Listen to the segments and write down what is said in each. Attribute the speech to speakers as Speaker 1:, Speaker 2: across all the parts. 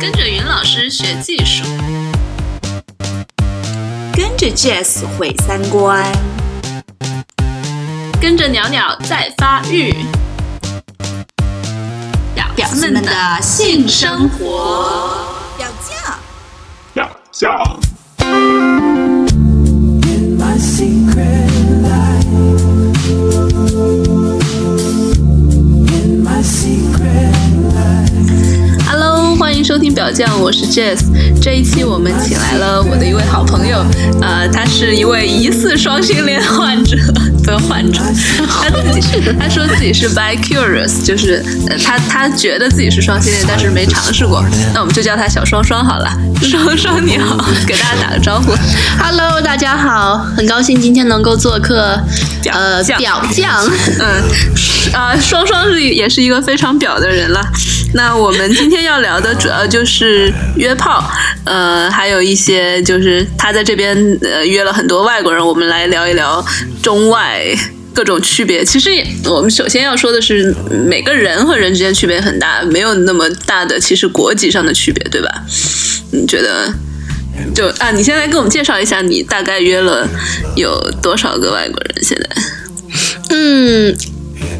Speaker 1: 跟着云老师学技术，
Speaker 2: 跟着 Jazz 毁三观，
Speaker 1: 跟着袅袅在发育，
Speaker 2: 表
Speaker 1: 表
Speaker 2: 子
Speaker 1: 子
Speaker 2: 们
Speaker 1: 们
Speaker 2: 的
Speaker 1: 的
Speaker 2: 性生
Speaker 1: 生
Speaker 2: 活
Speaker 1: 活。
Speaker 2: 表酱。
Speaker 3: 要笑。
Speaker 4: my secret life. In my secret life.
Speaker 1: Hello，欢迎收听表酱，我是 Jazz。这一期我们请来了我的一位好朋友，呃，他是一位疑似双性恋患者的患 者，他自己他说自己是 bi curious，就是呃他他觉得自己是双性恋，但是没尝试过，那我们就叫他小双双好了。双双你 好，给大家打个招呼。
Speaker 5: Hello，大家好，很高兴今天能够做客，
Speaker 1: 表
Speaker 5: 呃，
Speaker 1: 酱
Speaker 5: 表酱，
Speaker 1: 嗯，啊，双双是也是一个非常表的人了。那我们今天要聊的主要就是约炮，呃，还有一些就是他在这边呃约了很多外国人，我们来聊一聊中外各种区别。其实也我们首先要说的是，每个人和人之间区别很大，没有那么大的其实国籍上的区别，对吧？你觉得？就啊，你现在给我们介绍一下，你大概约了有多少个外国人？现在？
Speaker 5: 嗯，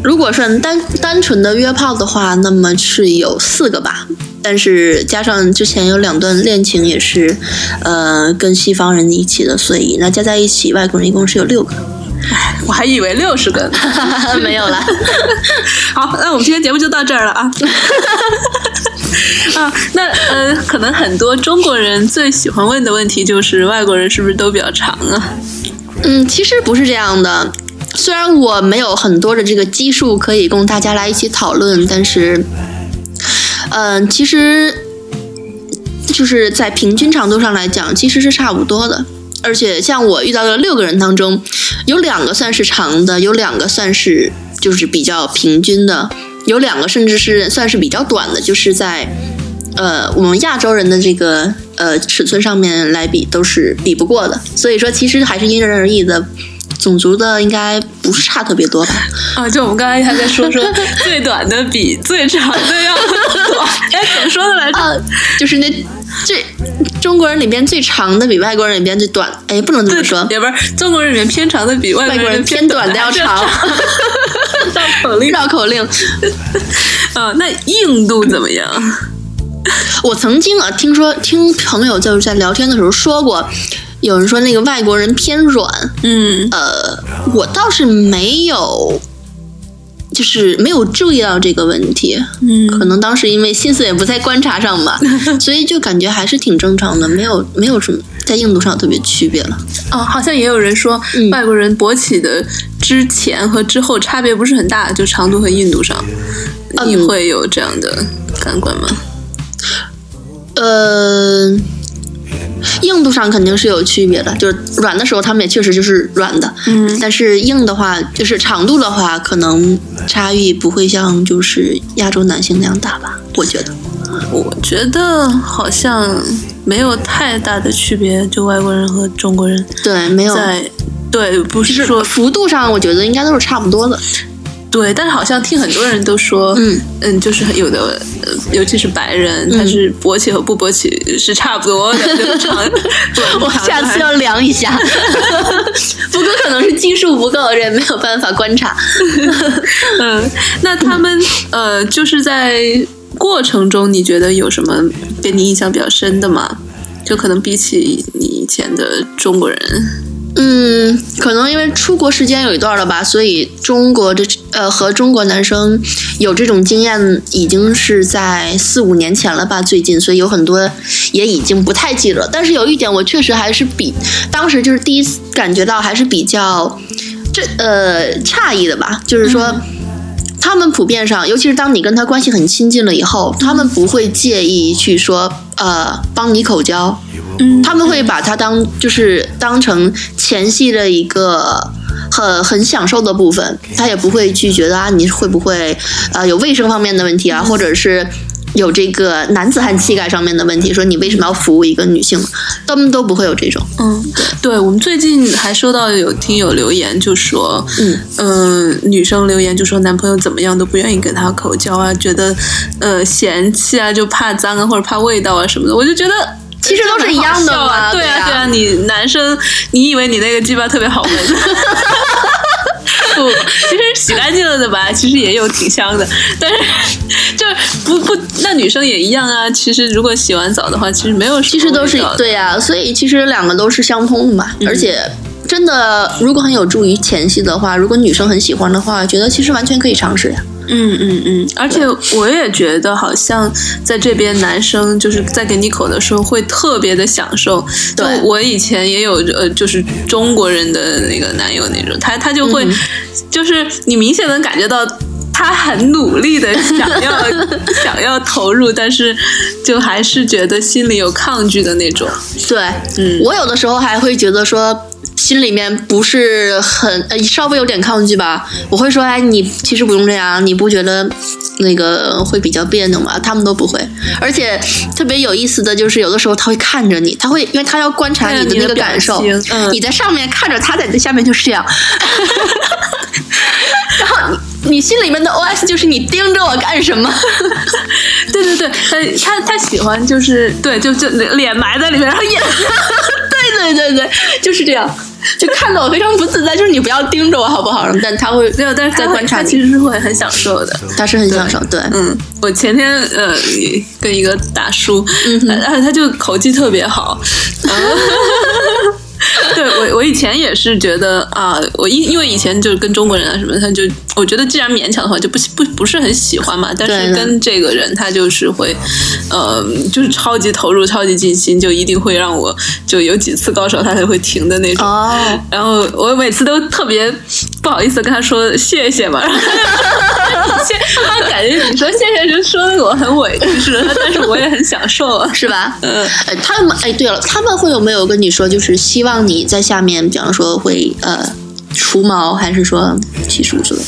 Speaker 5: 如果是单单纯的约炮的话，那么是有四个吧，但是加上之前有两段恋情也是，呃，跟西方人一起的，所以那加在一起，外国人一共是有六个，
Speaker 1: 我还以为六十个呢。
Speaker 5: 没有啦。
Speaker 1: 好，那我们今天节目就到这儿了 啊。啊，那呃，可能很多中国人最喜欢问的问题就是外国人是不是都比较长啊？
Speaker 5: 嗯，其实不是这样的。虽然我没有很多的这个基数可以供大家来一起讨论，但是，嗯、其实就是在平均长度上来讲，其实是差不多的。而且像我遇到的六个人当中，有两个算是长的，有两个算是就是比较平均的，有两个甚至是算是比较短的，就是在呃，我们亚洲人的这个呃尺寸上面来比都是比不过的，所以说其实还是因人而异的，种族的应该不是差特别多吧？
Speaker 1: 啊，就我们刚才还在说说最短的比最长的要短，哎，怎么说的来着？
Speaker 5: 啊，就是那最中国人里边最长的比外国人里边最短，哎，不能这么说，
Speaker 1: 也不是中国人里面偏长的比外
Speaker 5: 外国人
Speaker 1: 偏
Speaker 5: 偏短的要长，
Speaker 1: 绕口令
Speaker 5: 绕口令。
Speaker 1: 啊。那印度怎么样？啊
Speaker 5: 我曾经啊听说听朋友就是在聊天的时候说过，有人说那个外国人偏软，
Speaker 1: 嗯，
Speaker 5: 呃，我倒是没有，就是没有注意到这个问题。
Speaker 1: 嗯
Speaker 5: 可能当时因为心思也不在观察上 吧，所以就感觉还是挺正常的，没有没有什么在硬度上有特别区别了。
Speaker 1: 哦，好像也有人说，
Speaker 5: 嗯
Speaker 1: 外国人勃起的之前和之后差别不是很大，就长度和硬度上，
Speaker 5: 嗯
Speaker 1: 你会有这样的感官吗？
Speaker 5: 呃，硬度上肯定是有区别的，就是软的时候他们也确实就是软的，
Speaker 1: 嗯，
Speaker 5: 但是硬的话，就是长度的话，可能差异不会像就是亚洲男性那样大吧，我觉得。
Speaker 1: 我觉得好像没有太大的区别，就外国人和中国人
Speaker 5: 对，没有。
Speaker 1: 在。对，不是说
Speaker 5: 幅度上，我觉得应该都是差不多的。
Speaker 1: 对，但是好像听很多人都说，
Speaker 5: 嗯
Speaker 1: 嗯，就是有的，呃尤其是白人，
Speaker 5: 嗯
Speaker 1: 他是勃起和不勃起是差不 多的，就是长短
Speaker 5: 我
Speaker 1: 长
Speaker 5: 下
Speaker 1: 短
Speaker 5: 次要量一下， 不过可能是基数不够，这也没有办法观察。
Speaker 1: 嗯， 那他们呃，就是在过程中，你觉得有什么给你印象比较深的吗？就可能比起你以前的中国人，
Speaker 5: 嗯，可能因为出国时间有一段了吧，所以中国的呃和中国男生有这种经验，已经是在四五年前了吧，最近，所以有很多也已经不太记得了。但是有一点，我确实还是比当时就是第一次感觉到还是比较这呃诧异的吧，就是说。他们普遍上，尤其是当你跟他关系很亲近了以后，他们不会介意去说，呃，帮你口交，
Speaker 1: 嗯
Speaker 5: 他们会把它当就是当成前戏的一个很很享受的部嗯分，他也不会去觉得啊你会不会呃有卫生方面的问题啊，或者是有这个男子汉气概上面的问题，说你为什么要服务一个女性，他们都不会有这种。
Speaker 1: 嗯，对，我们最近还收到有听友留言，就说，
Speaker 5: 嗯
Speaker 1: 呃女生留言就说男朋友怎么样都不愿意跟她口交啊，觉得呃嫌弃啊，就怕脏啊或者怕味道啊什么的，我就觉得。
Speaker 5: 其实都是一样的
Speaker 1: 这很好笑啊
Speaker 5: 嘛
Speaker 1: 对
Speaker 5: 对啊
Speaker 1: 对啊，你男生，你以为你那个鸡巴特别好闻， 不，其实洗干净了的吧，其实也有挺香的，但是就是不不，那女生也一样啊。其实如果洗完澡的话，其实没有什么
Speaker 5: 其实都是嗯
Speaker 1: 味道的
Speaker 5: 对呀、所以其实两个都是相通的嘛，而且。真的，如果很有助于前戏的话，如果女生很喜欢的话，觉得其实完全可以尝试呀。
Speaker 1: 嗯嗯嗯，而且我也觉得，好像在这边男生就是在给你口的时候会特别的享受。就
Speaker 5: 对
Speaker 1: 我以前也有呃，就是中国人的那个男友那种，他他就会，就是你明显能感觉到。他很努力的想要 想要投入，但是就还是觉得心里有抗拒的那种。
Speaker 5: 对，
Speaker 1: 嗯
Speaker 5: 我有的时候还会觉得说，心里面不是很呃稍微有点抗拒吧，我会说，哎，你其实不用这样，你不觉得那个会比较别扭吗？他们都不会，而且特别有意思的就是，有的时候他会看着你，他会因为他要观察
Speaker 1: 看着
Speaker 5: 你的
Speaker 1: 你的
Speaker 5: 那个
Speaker 1: 表
Speaker 5: 感受，
Speaker 1: 情嗯
Speaker 5: 你在上面看着他在你下面就是 这样。然后你你心里面的 OS 就是你盯着我干什么？
Speaker 1: 对对对，他他他喜欢就是对，就就脸埋在里面，然后眼睛
Speaker 5: 对对对对，就是这样，就看得我非常不自在，就是你不要盯着我好不好？但他会
Speaker 1: 没有，但是
Speaker 5: 在
Speaker 1: 他会
Speaker 5: 观察
Speaker 1: 他
Speaker 5: 你
Speaker 1: 其实是会很享受的。
Speaker 5: 他是很享受，对，
Speaker 1: 嗯，我前天呃跟一个大叔，然后、他就口技特别 好。对我，我以前也是觉得啊，我因因为以前就是跟中国人啊什么的，他就我觉得既然勉强的话，就不不不是很喜欢嘛。但
Speaker 5: 对
Speaker 1: 是
Speaker 5: 的
Speaker 1: 跟这个人，他就是会，呃，就是超级投入、超级尽心，就一定会让我就有几次高潮他才会停的那种。
Speaker 5: 哦，
Speaker 1: 然后我每次都特别不好意思跟他说谢谢嘛，然后他就说 谢，他感觉你说谢谢就说的我很委屈似的，但是我也很享受啊。
Speaker 5: 是吧？
Speaker 1: 嗯，
Speaker 5: 呃，他们哎，对了，他们会有没有跟你说，就是希望你在下面，比方说会呃除毛，还是说剃须之类？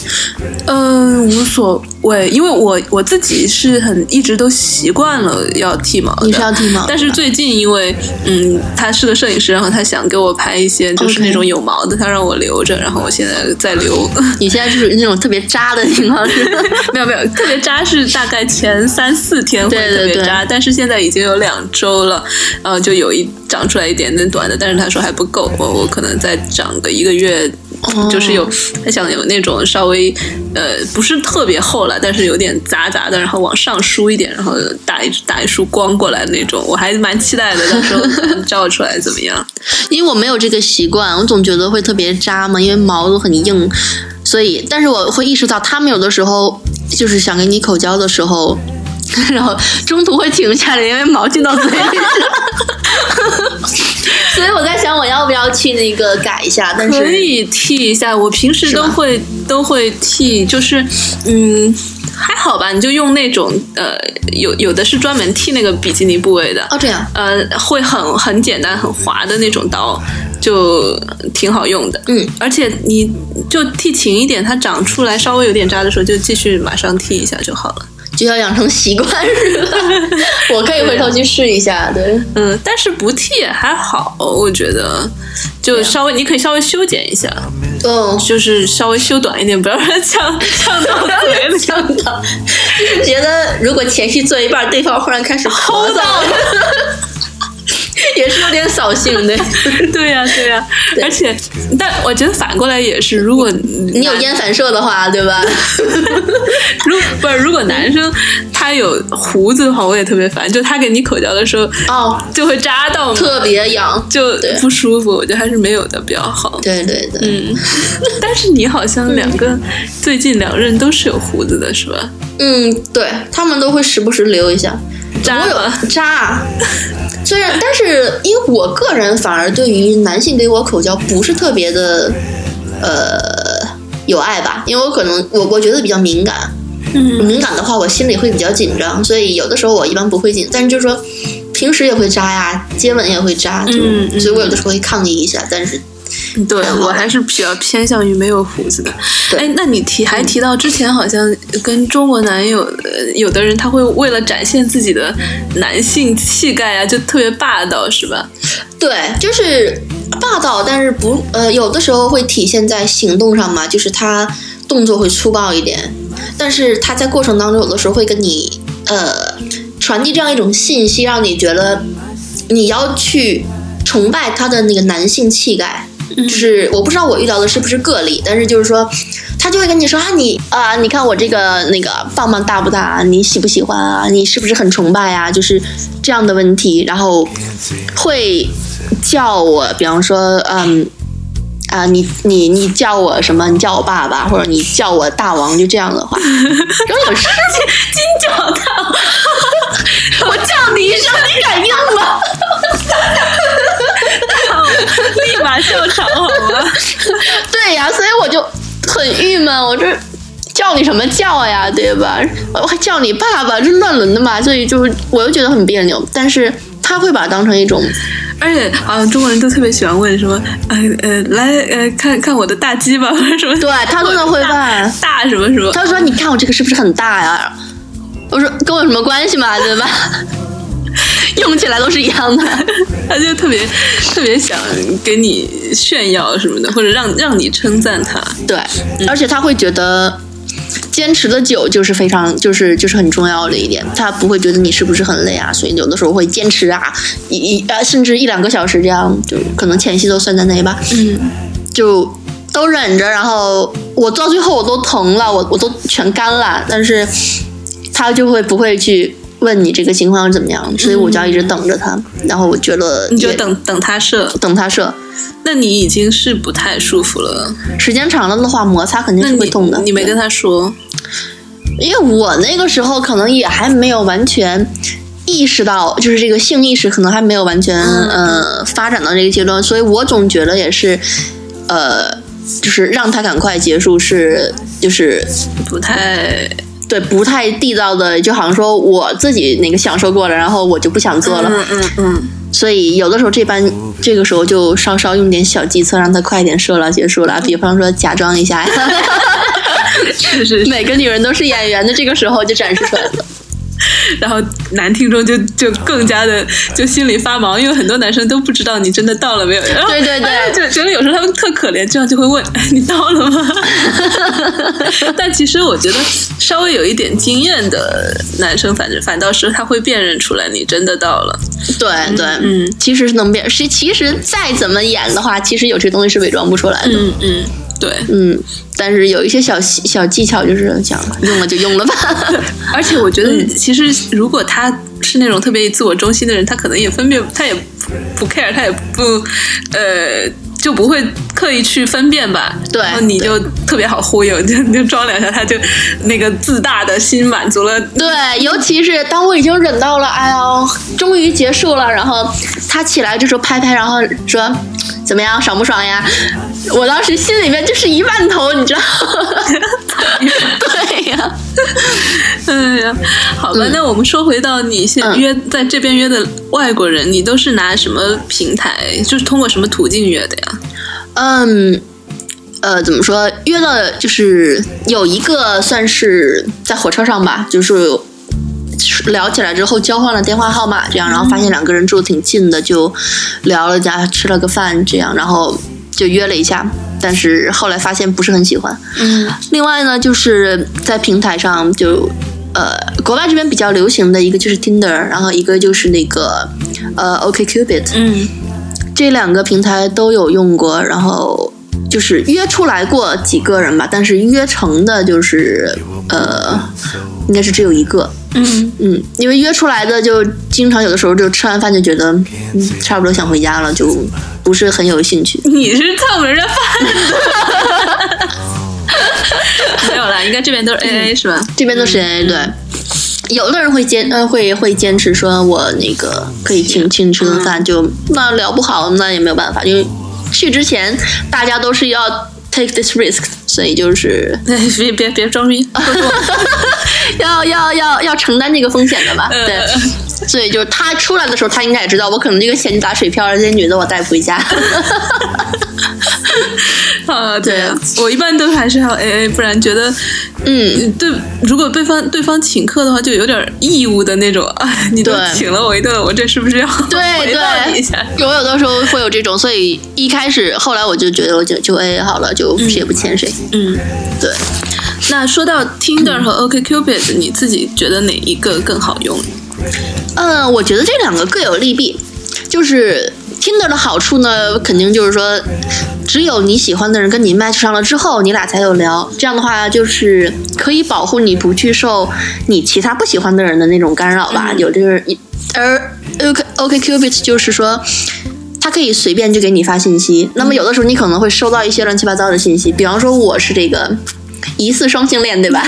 Speaker 1: 嗯，无所谓，因为我我自己是很一直都习惯了要剃毛的，
Speaker 5: 哦你是要 剃毛
Speaker 1: 但是最近因为嗯，他是个摄影师，然后他想给我拍一些就是
Speaker 5: OK
Speaker 1: 那种有毛的，他让我留着，然后我现在在留，
Speaker 5: 你现在就是那种特别渣的情况是吧？
Speaker 1: 没有没有，特别扎是大概前三四天会
Speaker 5: 对对
Speaker 1: 特别扎，
Speaker 5: 对
Speaker 1: 但是现在已经有两周了，呃，就有一长出来一点点短的，但是他说还不够，我我可能再长个一个月，
Speaker 5: 哦
Speaker 1: 就是有他想有那种稍微呃不是特别厚了，但是有点杂杂的，然后往上梳一点，然后打一打一束光过来那种，我还蛮期待的，到时候 看照出来怎么样？
Speaker 5: 因为我没有这个习惯，我总觉得会特别扎嘛，因为毛都很硬，所以，但是我会意识到他们有的时候就是想给你口交的时候， 然后中途会停下来，因为毛进到嘴里 去。所以我在想，我要不要去那个改一下？但
Speaker 1: 可
Speaker 5: 是
Speaker 1: 以剃一下，我平时
Speaker 5: 是吧
Speaker 1: 都会都会剃，就是嗯，还好吧，你就用那种呃，有有的是专门剃那个比基尼部位的，
Speaker 5: 哦，这样
Speaker 1: 呃，会很很简单很滑的那种刀，就挺好用的。
Speaker 5: 嗯，
Speaker 1: 而且你就剃勤一点，它长出来稍微有点渣的时候，就继续马上剃一下就好了。
Speaker 5: 就要养成习惯，是吧？ 我可以回头去试一下，对。
Speaker 1: 嗯，但是不剃也还好，我觉得，就
Speaker 5: 啊
Speaker 1: 稍微你可以稍微修剪一下，
Speaker 5: 嗯，
Speaker 1: 就是稍微修短一点，不要让它呛呛到嘴里。
Speaker 5: 想到，就是觉得如果前戏做一半，对方忽然开始抠到， 也是有点扫兴的。
Speaker 1: 对呀、对呀、
Speaker 5: 对
Speaker 1: 而且，但我觉得反过来也是，如果
Speaker 5: 你
Speaker 1: 你
Speaker 5: 有烟反射的话，对吧？
Speaker 1: 如不是如果男生他有胡子的话，我也特别烦，就他给你口交的时候
Speaker 5: 哦，
Speaker 1: 就会扎到嘛，
Speaker 5: 特别痒。
Speaker 1: 就
Speaker 5: 对
Speaker 1: 不舒服。我觉得还是没有的比较好。
Speaker 5: 对对对，
Speaker 1: 嗯，但是你好像两个最近两任都是有胡子的，是吧？
Speaker 5: 嗯，对他们都会时不时留一下。
Speaker 1: 扎
Speaker 5: 我
Speaker 1: 吗？
Speaker 5: 有渣，虽然但是因为我个人反而对于男性给我口交不是特别的，呃，有爱吧，因为我可能我我觉得比较敏感，
Speaker 1: 嗯
Speaker 5: 敏感的话我心里会比较紧张，所以有的时候我一般不会紧，但是就是说平时也会扎呀，接吻也会扎，就
Speaker 1: 嗯嗯
Speaker 5: 所以我有的时候会抗议一下，但是
Speaker 1: 对我还是比较偏向于没有胡子的。
Speaker 5: 对
Speaker 1: 哎，那你提还提到之前好像跟中国男友，呃有的人他会为了展现自己的男性气概啊，就特别霸道，是吧？
Speaker 5: 对，就是霸道，但是不呃，有的时候会体现在行动上嘛，就是他动作会粗暴一点，但是他在过程当中有的时候会跟你呃传递这样一种信息，让你觉得你要去崇拜他的那个男性气概。就是我不知道我遇到的是不是个例，但是就是说，他就会跟你说啊，你啊，你看我这个那个棒棒大不大啊？你喜不喜欢啊？你是不是很崇拜啊？就是这样的问题，然后会叫我，比方说，嗯，啊，你你你叫我什么？你叫我爸爸，或者你叫我大王，就这样 的话。然后有时
Speaker 1: 金角大王，
Speaker 5: 候 我叫你一声，你敢应吗？
Speaker 1: 立马笑场好吗？
Speaker 5: 对呀、所以我就很郁闷，我这叫你什么叫呀，对吧？我还叫你爸爸，这乱伦的嘛，所以就是我又觉得很别扭，但是他会把它当成一种，
Speaker 1: 而且好像中国人都特别喜欢问什么，呃呃，来呃看看我的大鸡巴或者什么，
Speaker 5: 对他真的会问。
Speaker 1: 大什么什么，
Speaker 5: 他说：“你看我这个是不是很大呀？”我说：“跟我有什么关系嘛，对吧？ 用起来都是一样的。
Speaker 1: 他就特别特别想给你炫耀什么的，或者让让你称赞他。”
Speaker 5: 对，
Speaker 1: 嗯
Speaker 5: 而且他会觉得坚持的久就是非常就是就是很重要的一点，他不会觉得你是不是很累啊，所以有的时候会坚持啊，一一呃甚至一两个小时这样，就可能前戏都算在内吧。嗯，就都忍着，然后我到最后我都疼了，我我都全干了，但是他就会不会去问你这个情况是怎么样，所以我就要一直等着他，然后我觉得
Speaker 1: 嗯你就
Speaker 5: 也
Speaker 1: 等等他射，
Speaker 5: 等他射，
Speaker 1: 那你已经是不太舒服了。
Speaker 5: 时间长了的话摩擦肯定
Speaker 1: 那
Speaker 5: 是会
Speaker 1: 你
Speaker 5: 痛的。
Speaker 1: 你没
Speaker 5: 对
Speaker 1: 跟他说，
Speaker 5: 因为我那个时候可能也还没有完全意识到，就是这个性意识可能还没有完全、呃发展到这个阶段，所以我总觉得也是，呃，就是让他赶快结束是就是
Speaker 1: 不 太
Speaker 5: 对不太地道的，就好像说我自己那个享受过了，然后我就不想做了，
Speaker 1: 嗯嗯嗯，
Speaker 5: 所以有的时候这般这个时候就稍稍用点小计策让他快一点射了结束了，比方说假装一下，
Speaker 1: 是是。是
Speaker 5: 每个女人都是演员的这个时候就展示出来了。
Speaker 1: 然后男听众就就更加的就心里发毛，因为很多男生都不知道你真的到了没有。然后
Speaker 5: 对对对
Speaker 1: 哎就觉得有时候他们特可怜，这样就会问、 哎、你到了吗？ 但其实我觉得稍微有一点经验的男生，反正反倒是他会辨认出来你真的到了。
Speaker 5: 对对，
Speaker 1: 嗯，
Speaker 5: 其实是能变，是其实再怎么演的话，其实有些东西是伪装不出来的。
Speaker 1: 嗯嗯，对。
Speaker 5: 嗯，但是有一些小细小技巧，就是想用了就用 了吧。
Speaker 1: 而且我觉得，其实如果他是那种特别自我中心的人，他可能也分辨，他也不不 care，他也不呃就不会刻意去分辨吧。
Speaker 5: 对
Speaker 1: 然后你就特别好忽悠， 就你就装两下，他就那个自大的心满足了。
Speaker 5: 对，尤其是当我已经忍到了，哎呦，终于结束了，然后他起来这时候拍拍，然后说怎么样，爽不爽呀？我当时心里面就是一万头，你知道 吗？对呀、
Speaker 1: 哎呀，好吧，那我们说回到你现
Speaker 5: 嗯
Speaker 1: 约、在这边约的外国人，你都是拿什么平台？就是通过什么途径约的呀？
Speaker 5: 嗯，呃，怎么说？约了就是有一个算是在火车上吧，就是聊起来之后交换了电话号码，这样，然后发现两个人住得挺近的，就聊了一下，吃了个饭，这样，然后就约了一下。但是后来发现不是很喜欢。
Speaker 1: 嗯
Speaker 5: 另外呢，就是在平台上就，呃，国外这边比较流行的一个就是 Tinder，然后一个就是那个呃 OkCupid，、
Speaker 1: 嗯
Speaker 5: 这两个平台都有用过，然后就是约出来过几个人吧，但是约成的就是呃，应该是只有一个。
Speaker 1: 嗯，
Speaker 5: 嗯，因为约出来的就经常有的时候就吃完饭就觉得，嗯，差不多想回家了，就不是很有兴趣。
Speaker 1: 你是蹭人家饭的。 没有啦，应该这边都是 A A 是吧？
Speaker 5: 这边都是 AA 对，有的人会坚呃会会坚持说我那个可以请请你吃顿饭，就那聊不好那也没有办法，因为去之前大家都 是要 take this risk，所以就是
Speaker 1: 啊别别别装逼，
Speaker 5: 要要要要承担这个风险的吧？
Speaker 1: 嗯
Speaker 5: 对， 所以就是他出来的时候，他应该也知道，我可能这个钱就打水漂了，这些女的我带不 回家。
Speaker 1: 啊，
Speaker 5: 对
Speaker 1: 对啊，我一般都还是要 A A，不然觉得，
Speaker 5: 嗯，
Speaker 1: 对，如果对方对方请客的话，就有点义务的那种啊，你都
Speaker 5: 对
Speaker 1: 请了我一顿，我这是不是要
Speaker 5: 对
Speaker 1: 回报你一下？
Speaker 5: 对，我有的时候会有这种，所以一开始后来我就觉得我就就 A A 好了，就谁不欠谁。
Speaker 1: 嗯，
Speaker 5: 对，
Speaker 1: 那说到 Tinder 和 OkCupid，你自己觉得哪一个更好用？
Speaker 5: 嗯，我觉得这两个各有利弊，就是 Tinder 的好处呢，肯定就是说，只有你喜欢的人跟你 match 上了之后，你俩才有聊。这样的话，就是可以保护你不去受你其他不喜欢的人的那种干扰吧。有这个，而 OK OK Cupid 就是说。他可以随便就给你发信息，那么有的时候你可能会收到一些乱七八糟的信息，比方说我是这个疑似双性恋，对吧？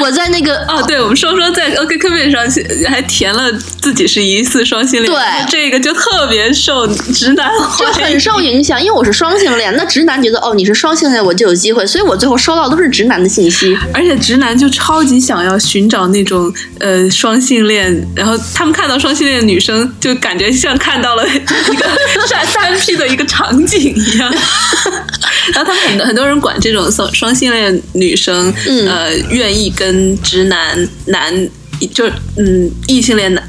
Speaker 5: 我在那个
Speaker 1: 哦，对，我们双双在 OkCupid 上还填了自己是疑似双性恋，
Speaker 5: 对
Speaker 1: 这个就特别受直男
Speaker 5: 就
Speaker 1: 欢迎
Speaker 5: 很。受影响，因为我是双性恋，那直男觉得哦你是双性恋，我就有机会，所以我最后收到都是直男的信息。
Speaker 1: 而且直男就超级想要寻找那种呃双性恋，然后他们看到双性恋的女生，就感觉像看到了一 个
Speaker 5: 啊
Speaker 1: 三三 P 的一个场景一样。然后他们很多很多人管这种双双性恋女生，
Speaker 5: 嗯
Speaker 1: 呃，愿意跟直男男就嗯异性恋男。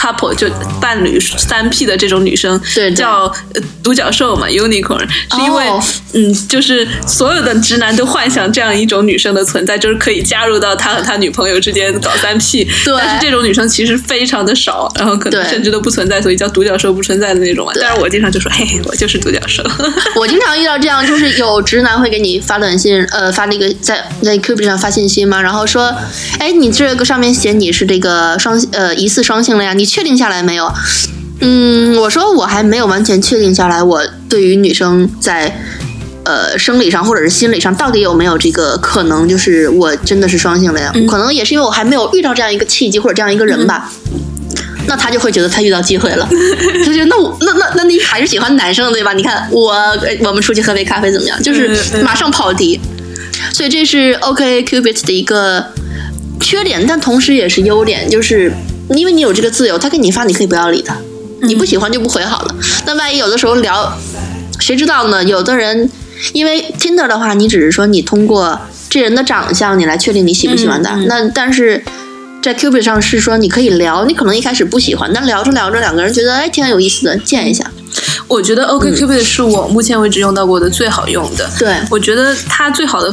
Speaker 1: couple 就伴侣三 P 的这种女生，
Speaker 5: 对对
Speaker 1: 叫呃独角兽嘛，unicorn，是因为、
Speaker 5: 哦
Speaker 1: 嗯，就是所有的直男都幻想这样一种女生的存在，就是可以加入到他和他女朋友之间搞三 P。
Speaker 5: 对
Speaker 1: 但是这种女生其实非常的少，然后可能
Speaker 5: 对
Speaker 1: 甚至都不存在，所以叫独角兽不存在的那种嘛。
Speaker 5: 对
Speaker 1: 但是我经常就说，嘿，我就是独角兽。
Speaker 5: 我经常遇到这样，就是有直男会给你发短信，呃，发那个在在 Q B 上发信息嘛，然后说，哎，你这个上面写你是这个双呃疑似双性恋，你确定下来没有？嗯，我说我还没有完全确定下来，我对于女生在。呃，生理上或者是心理上，到底有没有这个可能？就是我真的是双性恋，可能也是因为我还没有遇到这样一个契机或者这样一个人吧。那他就会觉得他遇到机会了，他就觉得那我那那那你还是喜欢男生的对吧？你看我呃我们出去喝杯咖啡怎么样？就是
Speaker 1: 嗯嗯
Speaker 5: 马上跑题，所以这是 OK Cupid 的一个缺点，但同时也是优点，就是因为你有这个自由，他给你发你可以不要理他，你不喜欢就不回好了。那万一有的时候聊，谁知道呢？有的人因为 Tinder 的话，你只是说你通过这人的长相你来确定你喜不喜欢他，那但是。在 Cupid 上是说你可以聊，你可能一开始不喜欢，但聊着聊着两个人觉得哎挺有意思的，见一下。
Speaker 1: 我觉得 OkCupid 是我目前为止用到过的最好用的。
Speaker 5: 对
Speaker 1: 我觉得它最好的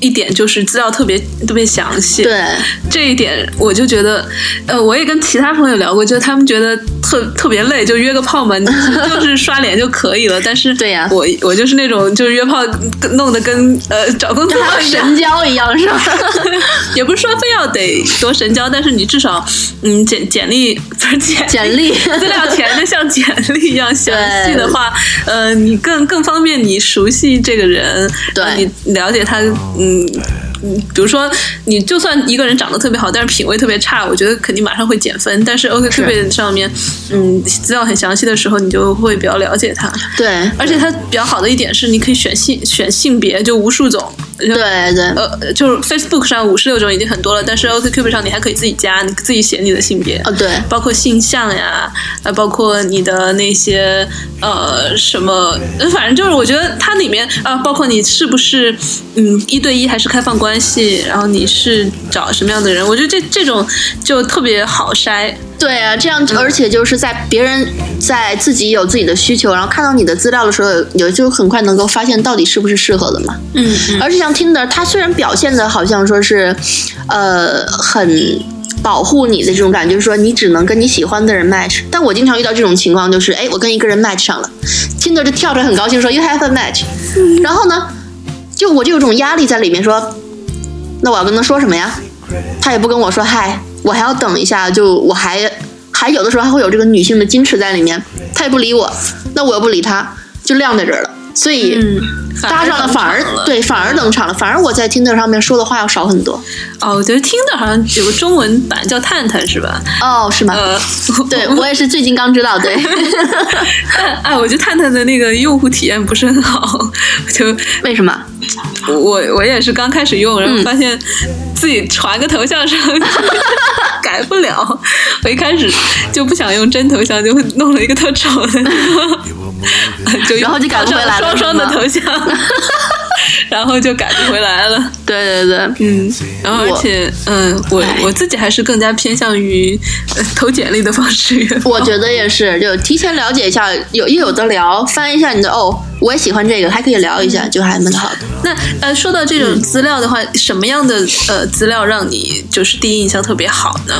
Speaker 1: 一点就是资料特别特别详细。
Speaker 5: 对，
Speaker 1: 这一点我就觉得，呃，我也跟其他朋友聊过，就是他们觉得特特别累，就约个炮嘛，你就是刷脸就可以了。但是
Speaker 5: 对呀
Speaker 1: 我我就是那种就是约炮跟弄得跟呃找工作
Speaker 5: 还有
Speaker 1: 一样，
Speaker 5: 神交一样是吧？
Speaker 1: 也不是说非要得多神交，但是你至少嗯简简历不是简
Speaker 5: 简历
Speaker 1: 资料填的像简历一样详细的话，呃，你更更方便你熟悉这个人，
Speaker 5: 对
Speaker 1: 然后你了解他，嗯。嗯比如说，你就算一个人长得特别好，但是品味特别差，我觉得肯定马上会减分。但是 OkCupid 上面，嗯，资料很详细的时候，你就会比较了解他。
Speaker 5: 对
Speaker 1: 而且它比较好的一点是，你可以选性选性别，就无数种。对
Speaker 5: 对对，
Speaker 1: 呃，就是 Facebook 上五十六种已经很多了，但是 OkCupid 上你还可以自己加，你自己写你的性别，
Speaker 5: 哦对
Speaker 1: 包括性向呀，呃，包括你的那些呃什么，呃反正就是我觉得它里面啊、包括你是不是嗯一对一还是开放关系，然后你是找什么样的人，我觉得这这种就特别好筛，
Speaker 5: 对啊，这
Speaker 1: 嗯
Speaker 5: 样，而且就是在别人在自己有自己的需求，然后看到你的资料的时候，有就很快能够发现到底是不是适合的嘛。
Speaker 1: 嗯
Speaker 5: 而且像 Tinder，它虽然表现的好像说是，呃，很保护你的这种感觉，就是说你只能跟你喜欢的人 match。但我经常遇到这种情况，就是哎，我跟一个人 match 上了，Tinder 就跳出来很高 兴说 You have a match，然后呢，就我就有种压力在里面说，那我要跟他说什么呀？他也不跟我说嗨，我还要等一下，就我还还有的时候还会有这个女性的矜持在里面，他也不理我，那我又不理他，就晾在这儿了。所以，
Speaker 1: 嗯，
Speaker 5: 搭上了，反而
Speaker 1: 了
Speaker 5: 对，反而冷场了，反而我在 Tinder 上面说的话要少很多。
Speaker 1: 哦，我觉得听的好像有个中文版叫探探是吧？
Speaker 5: 哦，是 吗？
Speaker 1: 呃，
Speaker 5: 对我也是最近刚知道， 对，
Speaker 1: 但哎，我觉得探探的那个用户体验不是很好，就
Speaker 5: 为什么？嗯
Speaker 1: 我我也是刚开始用，然后发现。自己传个头像上去， 改不了。我一开始就不想用真头像，就弄了一个特丑的， 就用
Speaker 5: 然后就改不回来了
Speaker 1: 双双的
Speaker 5: 是吗
Speaker 1: 头像， 然后就改不回来了。
Speaker 5: 对对对，
Speaker 1: 嗯，然后而且，嗯，我
Speaker 5: 哎
Speaker 1: 我自己还是更加偏向于、呃投简历的方式约炮。
Speaker 5: 我觉得也是，就提前了解一下，有也有的聊，翻一下你的哦，我也喜欢这个，还可以聊一下，就还蛮好的。
Speaker 1: 那呃，说到这种资料的话，什么样的呃资料让你就是第一印象特别好呢？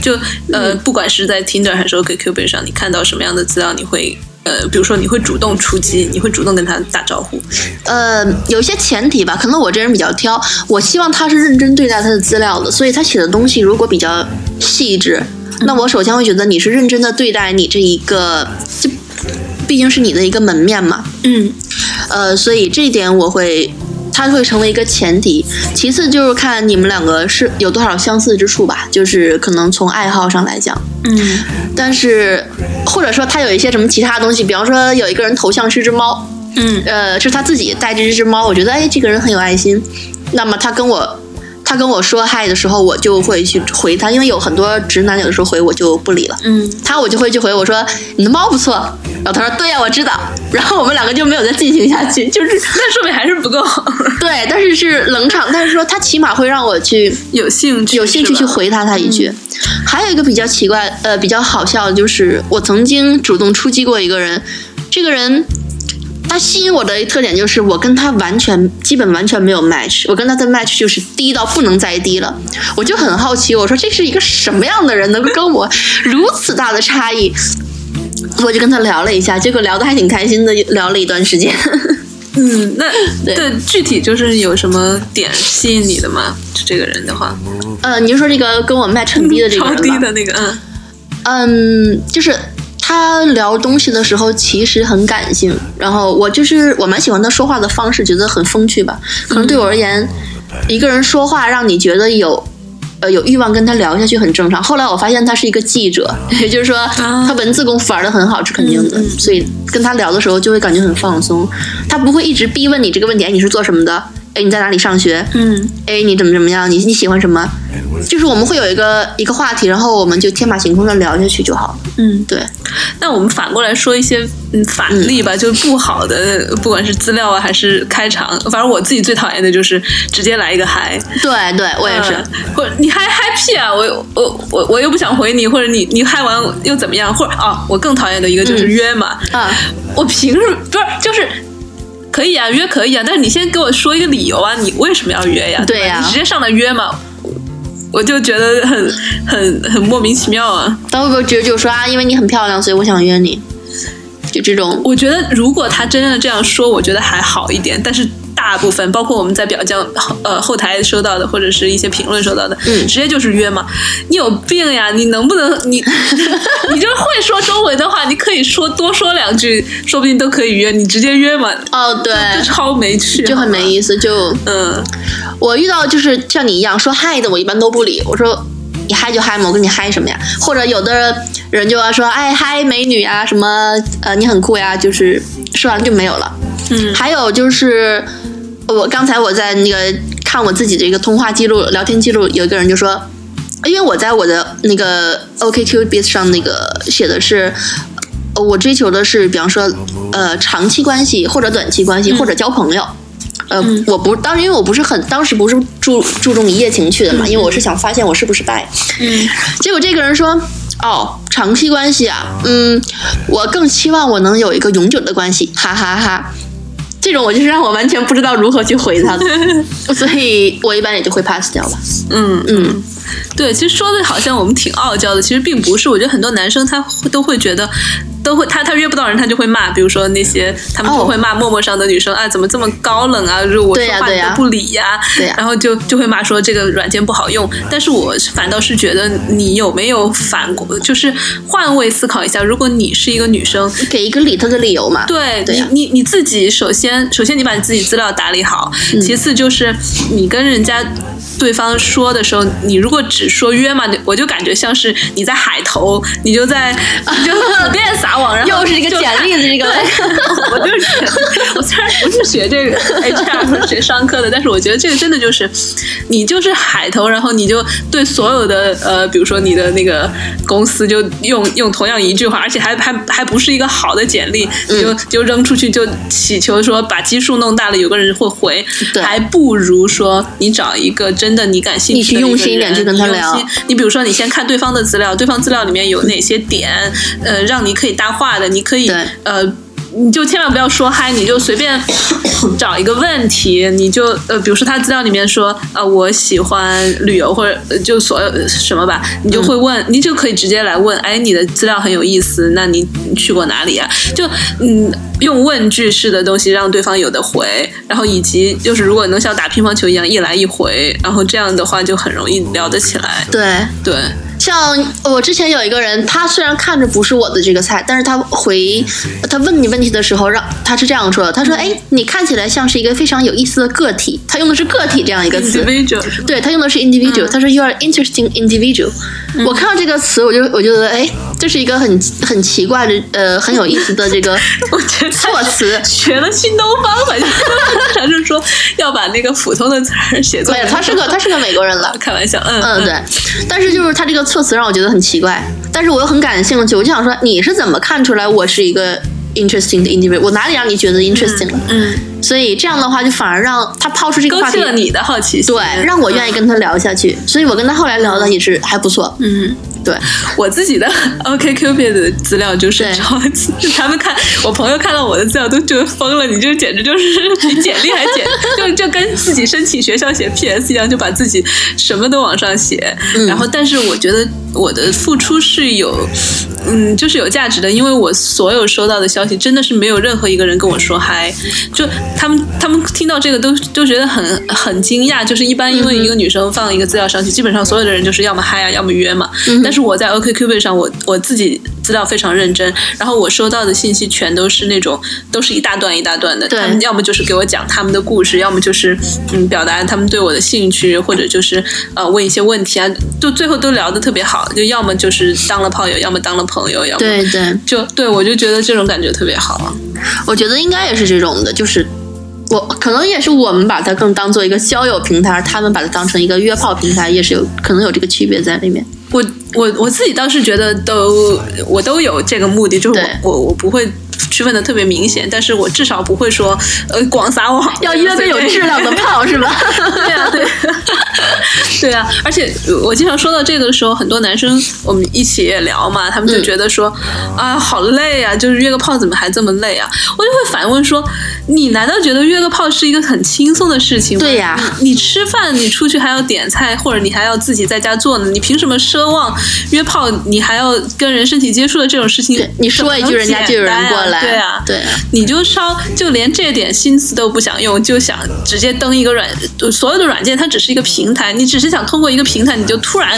Speaker 1: 就呃，不管是在 Tinder 还是 OkCupid 上，你看到什么样的资料，你会呃，比如说你会主动出击，你会主动跟他打招呼。
Speaker 5: 呃，有一些前提吧，可能我这人比较挑，我希望他是认真对待他的资料的，所以他写的东西如果比较细致，那我首先会觉得你是认真的对待你这一个，就毕竟是你的一个门面嘛，
Speaker 1: 嗯
Speaker 5: 呃，所以这一点我会，它会成为一个前提。其次就是看你们两个是有多少相似之处吧，就是可能从爱好上来讲，
Speaker 1: 嗯，
Speaker 5: 但是或者说他有一些什么其他东西，比方说有一个人头像是只猫，
Speaker 1: 嗯，
Speaker 5: 呃，是他自己带着这只猫，我觉得哎，这个人很有爱心。那么他跟我。他跟我说嗨的时候，我就会去回他，因为有很多直男有的时候回我就不理了。
Speaker 1: 嗯，
Speaker 5: 他我就会去回我说你的猫不错，然后他说对呀、我知道，然后我们两个就没有再进行下去，就是
Speaker 1: 那说明还是不够
Speaker 5: 对，但是是冷场，但是说他起码会让我去
Speaker 1: 有兴趣，
Speaker 5: 有兴趣
Speaker 1: 是
Speaker 5: 去
Speaker 1: 吧。
Speaker 5: 回答他一句。还有一个比较奇怪，呃，比较好笑的就是我曾经主动出击过一个人，这个人。他吸引我的特点就是我跟他完全基本完全没有 match，我跟他的 match 就是低到不能再低了，我就很好奇，我说这是一个什么样的人能够跟我如此大的差异？我就跟他聊了一下，结果聊得还挺开心的，聊了一 段时间。
Speaker 1: 嗯，那
Speaker 5: 对
Speaker 1: 对具体就是有什么点吸引你的吗？就这个人的话，
Speaker 5: 呃，你就说这个跟我 match 很低的这个
Speaker 1: 超
Speaker 5: 人吧，
Speaker 1: 低的那个，嗯
Speaker 5: 嗯，就是他聊东西的时候其实很感性，然后我就是我蛮喜欢他说话的方式，觉得很风趣吧。可能对我而言，一个人说话让你觉得有。呃，有欲望跟他聊下去很正常。后来我发现他是一个记者， 也就是说他文字功夫玩的很好，是肯定的。所以跟他聊的时候就会感觉很放松，他不会一直逼问你这个问题，哎，你是做什么的？哎，你在哪里上学？
Speaker 1: 嗯
Speaker 5: 哎，你怎么怎么样？你你喜欢什么？就是哎我们会有一个一个话题，然后我们就天马行空的聊下去就好了。
Speaker 1: 嗯。
Speaker 5: 对，
Speaker 1: 那我们反过来说一些嗯反例吧，就是不好的，不管是资料啊还是开场，反正我自己最讨厌的就是直接来一个嗨，
Speaker 5: 对对，我也是。
Speaker 1: 嗯或者你嗨嗨屁啊，我我我我又不想回你，或者你你嗨完又怎么样，或者啊、我更讨厌的一个就是
Speaker 5: 嗯
Speaker 1: 约嘛，
Speaker 5: 啊，
Speaker 1: 我凭什么不是就是。可以啊，约可以啊，但是你先给我说一个理由啊，你为什么要约呀、
Speaker 5: 对
Speaker 1: 吧
Speaker 5: 呀
Speaker 1: 你直接上来约嘛，我我就觉得很很很莫名其妙啊。
Speaker 5: 他会不会直接就说啊，因为你很漂亮，所以我想约你？就这种，
Speaker 1: 我觉得如果他真的这样说，我觉得还好一点。但是大部分，包括我们在表酱呃后台收到的，或者是一些评论收到的，
Speaker 5: 嗯
Speaker 1: 直接就是约嘛。你有病呀！你能不能你 你这会说中文的话，你可以说多说两句，说不定都可以约。你直接约嘛，
Speaker 5: 哦，对，
Speaker 1: 这超没趣，
Speaker 5: 就很没
Speaker 1: 意
Speaker 5: 意思。就
Speaker 1: 嗯
Speaker 5: 我遇到就是像你一样说嗨的，我一般都不理。我说你嗨就嗨嘛，我跟你嗨什么呀？或者有的人就要说哎嗨美女啊，什么呃你很酷呀，就是说完了就没有了。
Speaker 1: 嗯
Speaker 5: 还有就是，我刚才我在那个看我自己的一个通话记录、聊天记录，有一个人就说，因为我在我的那个 OKQBs 上那个写的是。呃我追求的是，比方说，呃，长期关系或者短期关系，或者交朋友。呃，我不，当时因为我不是很，当时不是注注重一夜情去的嘛，因为我是想发现我是不是拜。
Speaker 1: 嗯
Speaker 5: 结果这个人说：“哦，长期关系啊，嗯，我更期望我能有一个永久的关系，哈哈哈这种我就是让我完全不知道如何去回他的，所以我一般也就会 pass 掉吧。
Speaker 1: 嗯，
Speaker 5: 嗯，
Speaker 1: 对，其实说的好像我们挺傲娇的，其实并不是。我觉得很多男生他都会觉得，都会他他约不到人，他就会骂，比如说那些他们
Speaker 5: 哦
Speaker 1: 就会骂陌陌上的女生，啊、怎么这么高冷啊？就是我
Speaker 5: 对
Speaker 1: 说
Speaker 5: 呀
Speaker 1: 话
Speaker 5: 对
Speaker 1: 你
Speaker 5: 呀
Speaker 1: 都不理呀、
Speaker 5: 对呀
Speaker 1: 然后就就会骂说这个软件不好用。但是我反倒是觉得你有没有反过，就是换位思考一下，如果你是一个女生，
Speaker 5: 给一个理他的理由嘛。
Speaker 1: 对，
Speaker 5: 对呀
Speaker 1: 你你你自己首先首先你把你自己资料打理好，
Speaker 5: 嗯
Speaker 1: 其次就是你跟人家对方说的时候，你如 果只说约嘛，你我就感觉像是你在海投，你就在你就随便撒法网，然后
Speaker 5: 又是一个
Speaker 1: 就
Speaker 5: 简历的这个。
Speaker 1: 对 我 就是简历我虽然不是学这个 HR 学商科的，但是我觉得这个真的就是你就是海投，然后你就对所有的呃，比如说你的那个公司就用用同样一句话，而且还还还不是一个好的简历，你
Speaker 5: 嗯
Speaker 1: 就就扔出去就祈求说把基数弄大了，有个人会回，
Speaker 5: 对
Speaker 1: 还不如说你找一个真的你感兴趣的
Speaker 5: 你去
Speaker 1: 一个人，
Speaker 5: 用心一点去跟他
Speaker 1: 你用
Speaker 5: 聊
Speaker 1: 心你比如说，你先看对方的资料，对方资料里面有哪些点，呃，让你可以搭话的，你可以
Speaker 5: 对
Speaker 1: 呃，你就千万不要说嗨，你就随便找一个问题，你就呃，比如说他资料里面说，呃，我喜欢旅游或者呃就所有呃什么吧，你就会问，你就可以直接来问，哎，你的资料很有意思，那你你去过哪里啊？就嗯，用问句式的东西让对方有的回，然后以及就是如果能像打乒乓球一样一来一回，然后这样的话就很容易聊得起来。
Speaker 5: 对，
Speaker 1: 对，
Speaker 5: 像我之前有一个人，他虽然看着不是我的这个菜，但是他回他问你问题的时候，让他是这样说的，他说：“哎，你看起来像是一个非常有意思的个体。”他用的是“个体”这样一个词。
Speaker 1: individual 是吧
Speaker 5: 对他用的是 individual，、他说 you are interesting individual、我看到这个词，我就我就觉得，哎，这是一个很很奇怪的，呃，很有意思的这个
Speaker 1: 我觉得
Speaker 5: 措辞。
Speaker 1: 学了新东方吧，就是经常是说要把那个普通的词儿写作
Speaker 5: 没
Speaker 1: 文。
Speaker 5: 有，他是个他是个美国人了。
Speaker 1: 开玩笑，嗯
Speaker 5: 嗯，对，但是就是他这个措辞让我觉得很奇怪，但是我又很感兴趣，我就想说你是怎么看出来我是一个 interesting 的 individual？我哪里让你觉得 interesting 了？
Speaker 1: 嗯，
Speaker 5: 所以这样的话，就反而让他抛出这个
Speaker 1: 勾
Speaker 5: 话
Speaker 1: 起
Speaker 5: 题
Speaker 1: 了你的好奇心，
Speaker 5: 对，让我愿意跟他聊下去。所以我跟他后来聊的也是还不错。
Speaker 1: 嗯。
Speaker 5: 对，
Speaker 1: 我自己的 OK Cupid 的资料就是
Speaker 5: 对
Speaker 1: 超级， 他们看我朋友看到我的资料都觉得疯了，你这简直就是比简历还简， 就就跟自己申请学校写 PS 一样，就把自己什么都往上写。然后，但是我觉得我的付出是有，嗯，就是有价值的，因为我所有收到的消息真的是没有任何一个人跟我说嗨，就他们他们听到这个都都觉得很很惊讶，就是一般因为一个女生放一个资料上去，基本上所有的人就是要么嗨啊，要么约嘛。但是我在 OKCupid 上，我我自己资料非常认真，然后我收到的信息全都是那种都是一大段一大段的，
Speaker 5: 对
Speaker 1: 他们要么就是给我讲他们的故事，要么就是嗯表达他们对我的兴趣，或者就是呃问一些问题啊，就最后都聊得特别好，就要么就是当了炮友，要么当了朋友，要么
Speaker 5: 对对，
Speaker 1: 就对我就觉得这种感觉特别好啊。
Speaker 5: 我觉得应该也是这种的，就是。我可能也是我们把它更当做一个交友平台，他们把它当成一个约炮平台，也是有可能有这个区别在里面。
Speaker 1: 我我我自己倒是觉得都我都有这个目的，就是
Speaker 5: 对
Speaker 1: 我我我不会区分的特别明显，但是我至少不会说呃广撒网，
Speaker 5: 要约个有质量的炮是吧？
Speaker 1: 对啊，对，对啊，而且我经常说到这个的时候，很多男生我们一起也聊嘛，他们
Speaker 5: 嗯
Speaker 1: 就觉得说、啊，好累啊，就是约个炮怎么还这么累啊？我就会反问说，你难道觉得约个炮是一个很轻松的事情吗？
Speaker 5: 对呀
Speaker 1: 你你吃饭，你出去还要点菜，或者你还要自己在家做呢，你凭什么奢望约炮你还要跟人身体接触的这种事情
Speaker 5: 对？你说一句人家就有人
Speaker 1: 怎么能
Speaker 5: 过来
Speaker 1: 简单啊对
Speaker 5: 对
Speaker 1: 啊，你就稍就连这点心思都不想用，就想直接登一个软，所有的软件它只是一个平台，你只是想通过一个平台，你就突然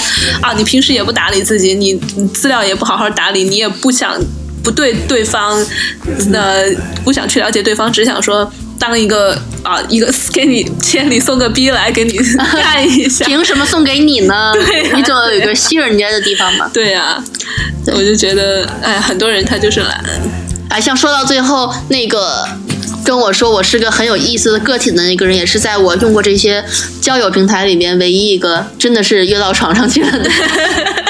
Speaker 1: 啊，你平时也不打理自己，你你资料也不好好打理，你也不想不对对方，呃，不想去了解对方，只想说。当一个啊，一个给你千里送个逼来 给你干一下，
Speaker 5: 凭什么送给你呢？
Speaker 1: 对啊呀
Speaker 5: 你总要有一个吸引人家的地方吧？
Speaker 1: 对呀、我就觉得，哎，很多人他就是懒，
Speaker 5: 哎，像说到最后那个跟我说我是个很有意思的个体的那个人，也是在我用过这些交友平台里面唯一一个真的是约到床上去了的。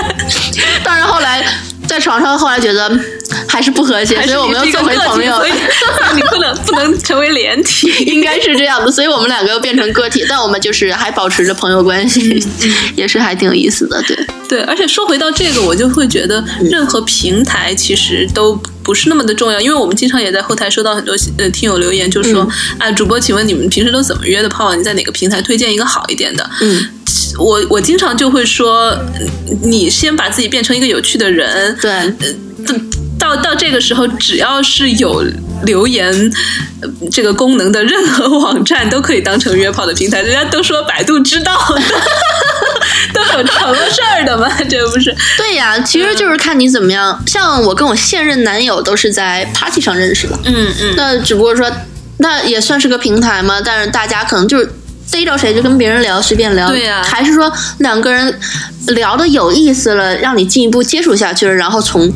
Speaker 5: 当然后来在床上，后来觉得还是不和谐，
Speaker 1: 还是
Speaker 5: 所以我
Speaker 1: 你
Speaker 5: 们
Speaker 1: 是
Speaker 5: 又
Speaker 1: 一个
Speaker 5: 做回
Speaker 1: 个体
Speaker 5: 朋友
Speaker 1: 所。以 所以你不能不能成为连体。
Speaker 5: 应该是这样的，所以我们两个又变成个体，但我们就是还保持着朋友关系，
Speaker 1: 嗯
Speaker 5: 也是还挺有意思的。对，
Speaker 1: 对，而且说回到这个，我就会觉得
Speaker 5: 嗯
Speaker 1: 任何平台其实都不是那么的重要，因为我们经常也在后台收到很多呃听友留言，就说、
Speaker 5: 嗯
Speaker 1: 啊，主播，请问你们平时都怎么约的炮啊？你在哪个平台推荐一个好一点的？
Speaker 5: 嗯，
Speaker 1: 我我经常就会说，你先把自己变成一个有趣的人，
Speaker 5: 对，
Speaker 1: 到到这个时候，只要是有留言、呃这个功能的任何网站，都可以当成约炮的平台。人家都说百度知道的， 都有成事儿的嘛，这不是？
Speaker 5: 对呀，
Speaker 1: 嗯
Speaker 5: 其实就是看你怎么样。像我跟我现任男友都是在 party 上认识的，
Speaker 1: 嗯嗯，
Speaker 5: 那只不过说，那也算是个平台嘛。但是大家可能就是逮着谁就跟别人聊，随便聊。
Speaker 1: 对呀
Speaker 5: 还是说两个人聊的有意思了，让你进一步接触下去了，然后从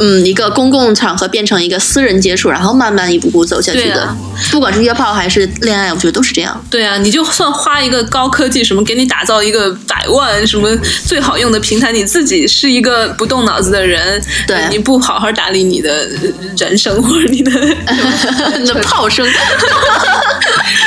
Speaker 5: 嗯一个公共场合变成一个私人接触，然后慢慢一步步走下去
Speaker 1: 对
Speaker 5: 的。
Speaker 1: 啊
Speaker 5: 不管是约炮还是恋爱，我觉得都是 这样。
Speaker 1: 对啊，你就算花一个高科技，什么给你打造一个百万什么最好用的平台，你自己是一个不动脑子的人，
Speaker 5: 对
Speaker 1: 你不好好打理你的人生或者你 的，
Speaker 5: 那炮声，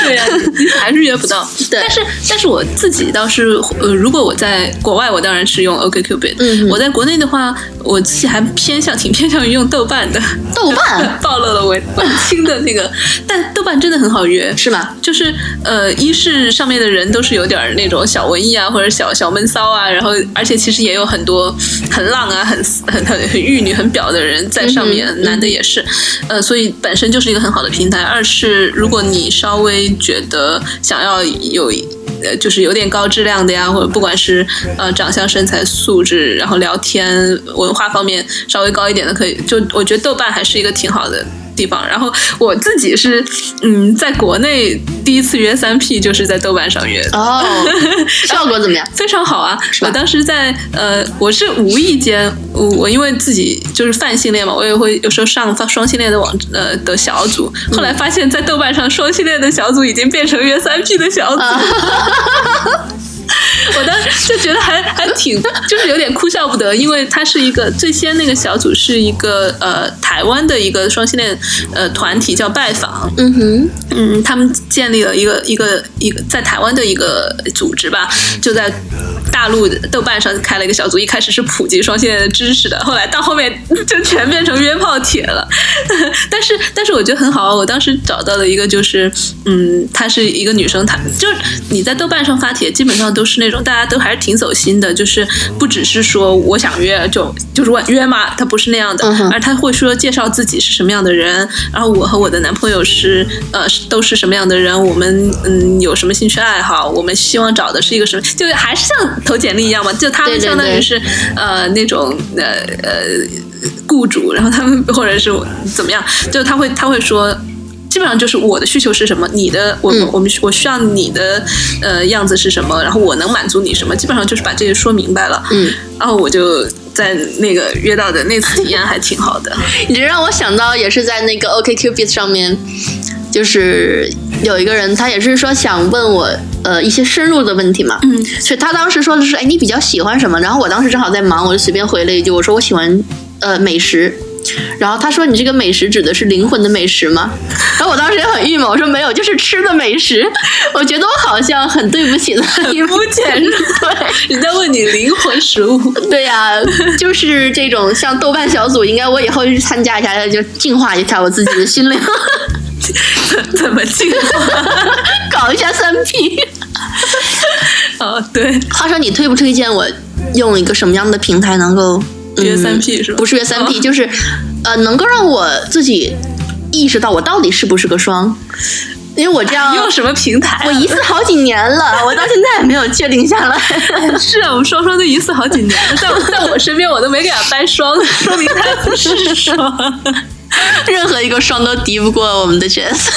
Speaker 1: 对呀、你还是约不到。
Speaker 5: 对
Speaker 1: 但是但是我自己倒是，呃，如果我在国外，我当然是用 OkCupid。
Speaker 5: 嗯
Speaker 1: 我在国内的话，我自己还偏向挺偏向于用豆瓣的，
Speaker 5: 豆 瓣
Speaker 1: 暴露了我晚清的那个，但豆瓣真的很好约，
Speaker 5: 是吗？
Speaker 1: 就是呃，一是上面的人都是有点儿那种小文艺啊，或者小小闷骚啊，然后而且其实也有很多很浪啊、很很很很玉女、很婊的人在上面，男的也是，呃，所以本身就是一个很好的平台。二是如果你稍微觉得想要有。呃，就是有点高质量的呀，或者不管是呃长相、身材、素质，然后聊天、文化方面稍微高一点的，可以就我觉得豆瓣还是一个挺好的地方。然后我自己是，嗯，在国内第一次约三 P 就是在豆瓣上约的。
Speaker 5: 哦，效果怎么样？
Speaker 1: 非常好啊！
Speaker 5: 吧
Speaker 1: 我当时在呃，我是无意间，我我因为自己就是泛性恋嘛，我也会有时候上发双性恋的网呃的小组，后来发现，在豆瓣上双性恋的小组已经变成约三 P 的小组。 我当时就觉得还还挺，就是有点哭笑不得，因为它是一个最先那个小组是一个呃台湾的一个双性恋呃团体叫拜访，
Speaker 5: 嗯哼，
Speaker 1: 嗯，他们建立了一个一个一个在台湾的一个组织吧，就在大陆的豆瓣上开了一个小组，一开始是普及双性恋的知识的，后来到后面就全变成约炮帖了。 但是但是我觉得很好，我当时找到了一个就是，嗯，她是一个女生，她就是你在豆瓣上发帖，基本上都是那种大家都还是挺走心的，就是不只是说我想约就就是我约嘛，她不是那样的，
Speaker 5: 嗯哼
Speaker 1: 而她会说介绍自己是什么样的人，然后我和我的男朋友是呃是都是什么样的人，我们嗯有什么兴趣爱好，我们希望找的是一个什么，就还是像投简历一样嘛，就他
Speaker 5: 对
Speaker 1: 们
Speaker 5: 对
Speaker 1: 相当
Speaker 5: 对
Speaker 1: 于是呃那种呃呃雇主，然后他们或者是怎么样，就他会他会说。基本上就是我的需求是什么，你的我
Speaker 5: 嗯
Speaker 1: 我们我需要你的呃样子是什么，然后我能满足你什么，基本上就是把这些说明白了。
Speaker 5: 嗯，
Speaker 1: 然后我就在那个约到的那次体验还挺 好的。
Speaker 5: 你这让我想到也是在那个 OKCupid 上面，就是有一个人，他也是说想问我呃一些深入的问题嘛，
Speaker 1: 嗯，
Speaker 5: 所以他当时说的是，哎，你比较喜欢什么？然后我当时正好在忙，我就随便回了一句，我说我喜欢呃美食。然后他说：“你这个美食指的是灵魂的美食吗？”然后我当时也很郁闷，我说：“没有，就是吃的美食。”我觉得我好像很对不起他，很
Speaker 1: 肤浅
Speaker 5: 对，
Speaker 1: 人家问你灵魂食物，
Speaker 5: 对呀、就是这种像豆瓣小组，应该我以后去参加一下，就净化一下我自己的心灵，
Speaker 1: 怎么进化？
Speaker 5: 搞一下三 P。
Speaker 1: 哦，对，
Speaker 5: 话说，你推不推荐我用一个什么样的平台能够
Speaker 1: 约三 P 是吧？
Speaker 5: 嗯不是约 三 P，、
Speaker 1: 哦
Speaker 5: 就是呃，能够让我自己意识到我到底是不是个双？因为我这样，
Speaker 1: 用什么平台啊、
Speaker 5: 我疑似好几年了，我到现在还没有确定下来。
Speaker 1: 是啊，我们双双都疑似好几年了，在我在我身边我都没给他掰双， 说明他不是双。
Speaker 5: 任何一个双都敌不过我们的 Jess。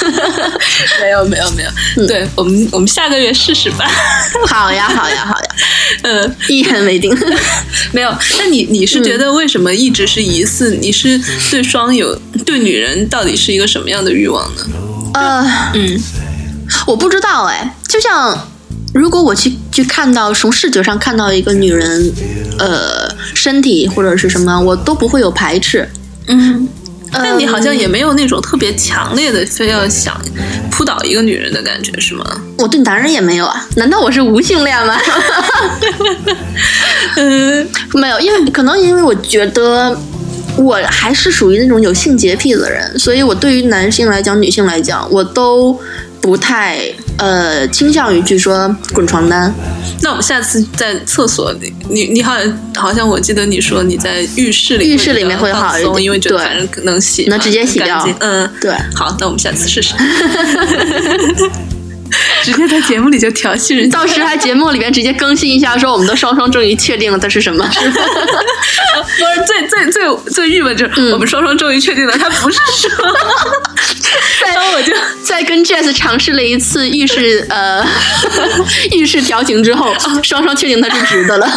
Speaker 1: 没有没有没有，对我们我们下个月试试吧。
Speaker 5: 好呀，好呀，好呀，
Speaker 1: 嗯，
Speaker 5: 一言为定。
Speaker 1: 没有。那你你是觉得为什么一直是疑似？你是对双有对女人到底是一个什么样的欲望呢？
Speaker 5: 呃，
Speaker 1: 嗯，
Speaker 5: 我不知道哎，就像如果我去去看到从视觉上看到一个女人，呃，身体或者是什么，我都不会有排斥。
Speaker 1: 嗯，但你
Speaker 5: 嗯
Speaker 1: 好像也没有那种特别强烈的非要想扑倒一个女人的感觉，是吗？
Speaker 5: 我对男人也没有啊，难道我是无性恋吗？
Speaker 1: 嗯，
Speaker 5: 没有，因为可能因为我觉得我还是属于那种有性洁癖的人，所以我对于男性来讲、女性来讲，我都不太呃倾向于去说滚床单。
Speaker 1: 那我们下次在厕所里，你你好像好像我记得你说你在浴室里，
Speaker 5: 浴室里面会好一点
Speaker 1: 放松因为觉得
Speaker 5: 对
Speaker 1: 反正能洗嘛，
Speaker 5: 能直接洗
Speaker 1: 很干
Speaker 5: 掉
Speaker 1: 净嗯，
Speaker 5: 对
Speaker 1: 好，那我们下次 试试。 直接在节目里就调戏人家，
Speaker 5: 到时还节目里面直接更新一下，说我们的双双终于确定了它是什 么。
Speaker 1: 不是最最最最郁闷就是、我们双双终于确定了他不是双，然后我就
Speaker 5: 再根跟 Jazz 尝试了一次浴室呃 浴室调情之后，双双确定他是直的了。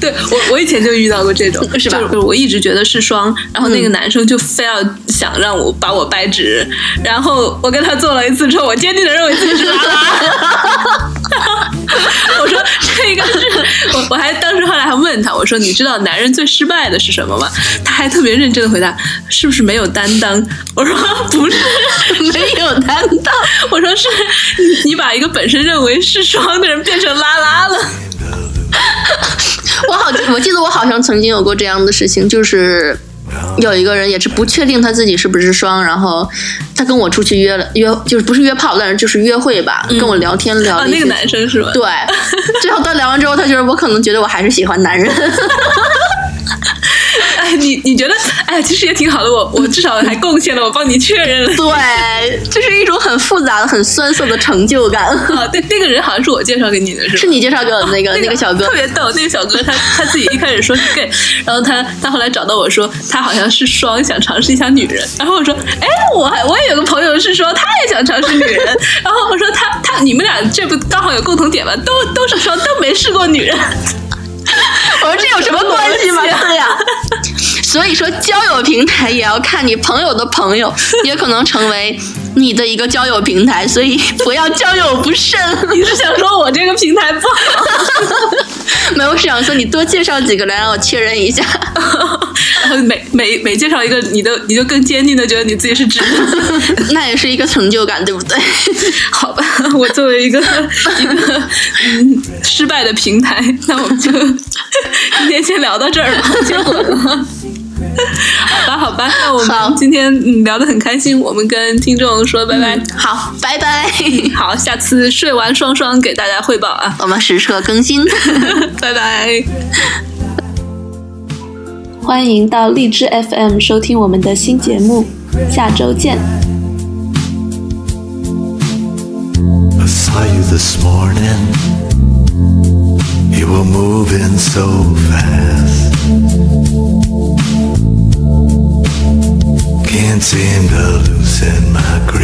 Speaker 1: 对我，我以前就遇到过这种，
Speaker 5: 是吧
Speaker 1: 就
Speaker 5: 嗯
Speaker 1: 是我一直觉得是双，然后那个男生就非要想让我把我掰直，然后我跟他做了一次之后，我坚定的认为自己是拉拉。 我说这个是我，我还当时后来还问他，我说你知道男人最失败的是什么吗？他还特别认真的回答，是不是没有担当？我说不是，
Speaker 5: 没有担当，
Speaker 1: 我说是你把一个本身认为是双的人变成拉拉了。
Speaker 5: 我好，我记得我好像曾经有过这样的事情，就是有一个人也是不确定他自己是不是双，然后他跟我出去约了约，就是不是约炮，但是就是约会吧，跟我聊天聊
Speaker 1: 啊，
Speaker 5: 了一
Speaker 1: 那
Speaker 5: 些、
Speaker 1: 个男生是吧？
Speaker 5: 对，最后他聊完之后，他觉得我可能觉得我还是喜欢男人，
Speaker 1: 哎， 你你觉得，哎，其实也挺好的，我我至少还贡献了，我帮你确认了。
Speaker 5: 对，这是一种很复杂的、很酸涩的成就感。
Speaker 1: 啊，对，那个人好像是我介绍给你的，是吧？
Speaker 5: 是你介绍给我的那个、
Speaker 1: 那
Speaker 5: 那个小哥
Speaker 1: 特，别逗，那个小哥他他自己一开始说是 gay，然后他他后来找到我说他好像是双，想尝试一下女人。然后我说，哎，我还我也有个朋友是说他也想尝试女人。然后我说他他你们俩这不刚好有共同点吗？都都是双，都没试过女人。
Speaker 5: 我说这有什么关系吗？对呀、所以说交友平台也要看你朋友的朋友， 也可能成为你的一个交友平台，所以不要交友不慎。
Speaker 1: 你是想说我这个平台不好？
Speaker 5: 没有，我是想说你多介绍几个来让我确认一下。
Speaker 1: 然后每每每介绍一个，你都你就更坚定的觉得你自己是直的。
Speaker 5: 那也是一个成就感，对不对？
Speaker 1: 好吧， 我作为一个一个嗯失败的平台， 那我们就今天先聊到这儿吧，结果了。好吧，好吧，那我
Speaker 5: 好
Speaker 1: 们今天嗯聊得很开心，我们跟听众说拜拜。
Speaker 5: 好，拜拜，
Speaker 1: 好，下次睡完双双给大家汇报啊，
Speaker 5: 我们实测更新。
Speaker 1: 拜拜。
Speaker 6: 欢迎到荔枝 FM 收听我们的新节目，下周见。
Speaker 7: I saw you this morning. You were moving so fast. Can't seem to loosen my grip.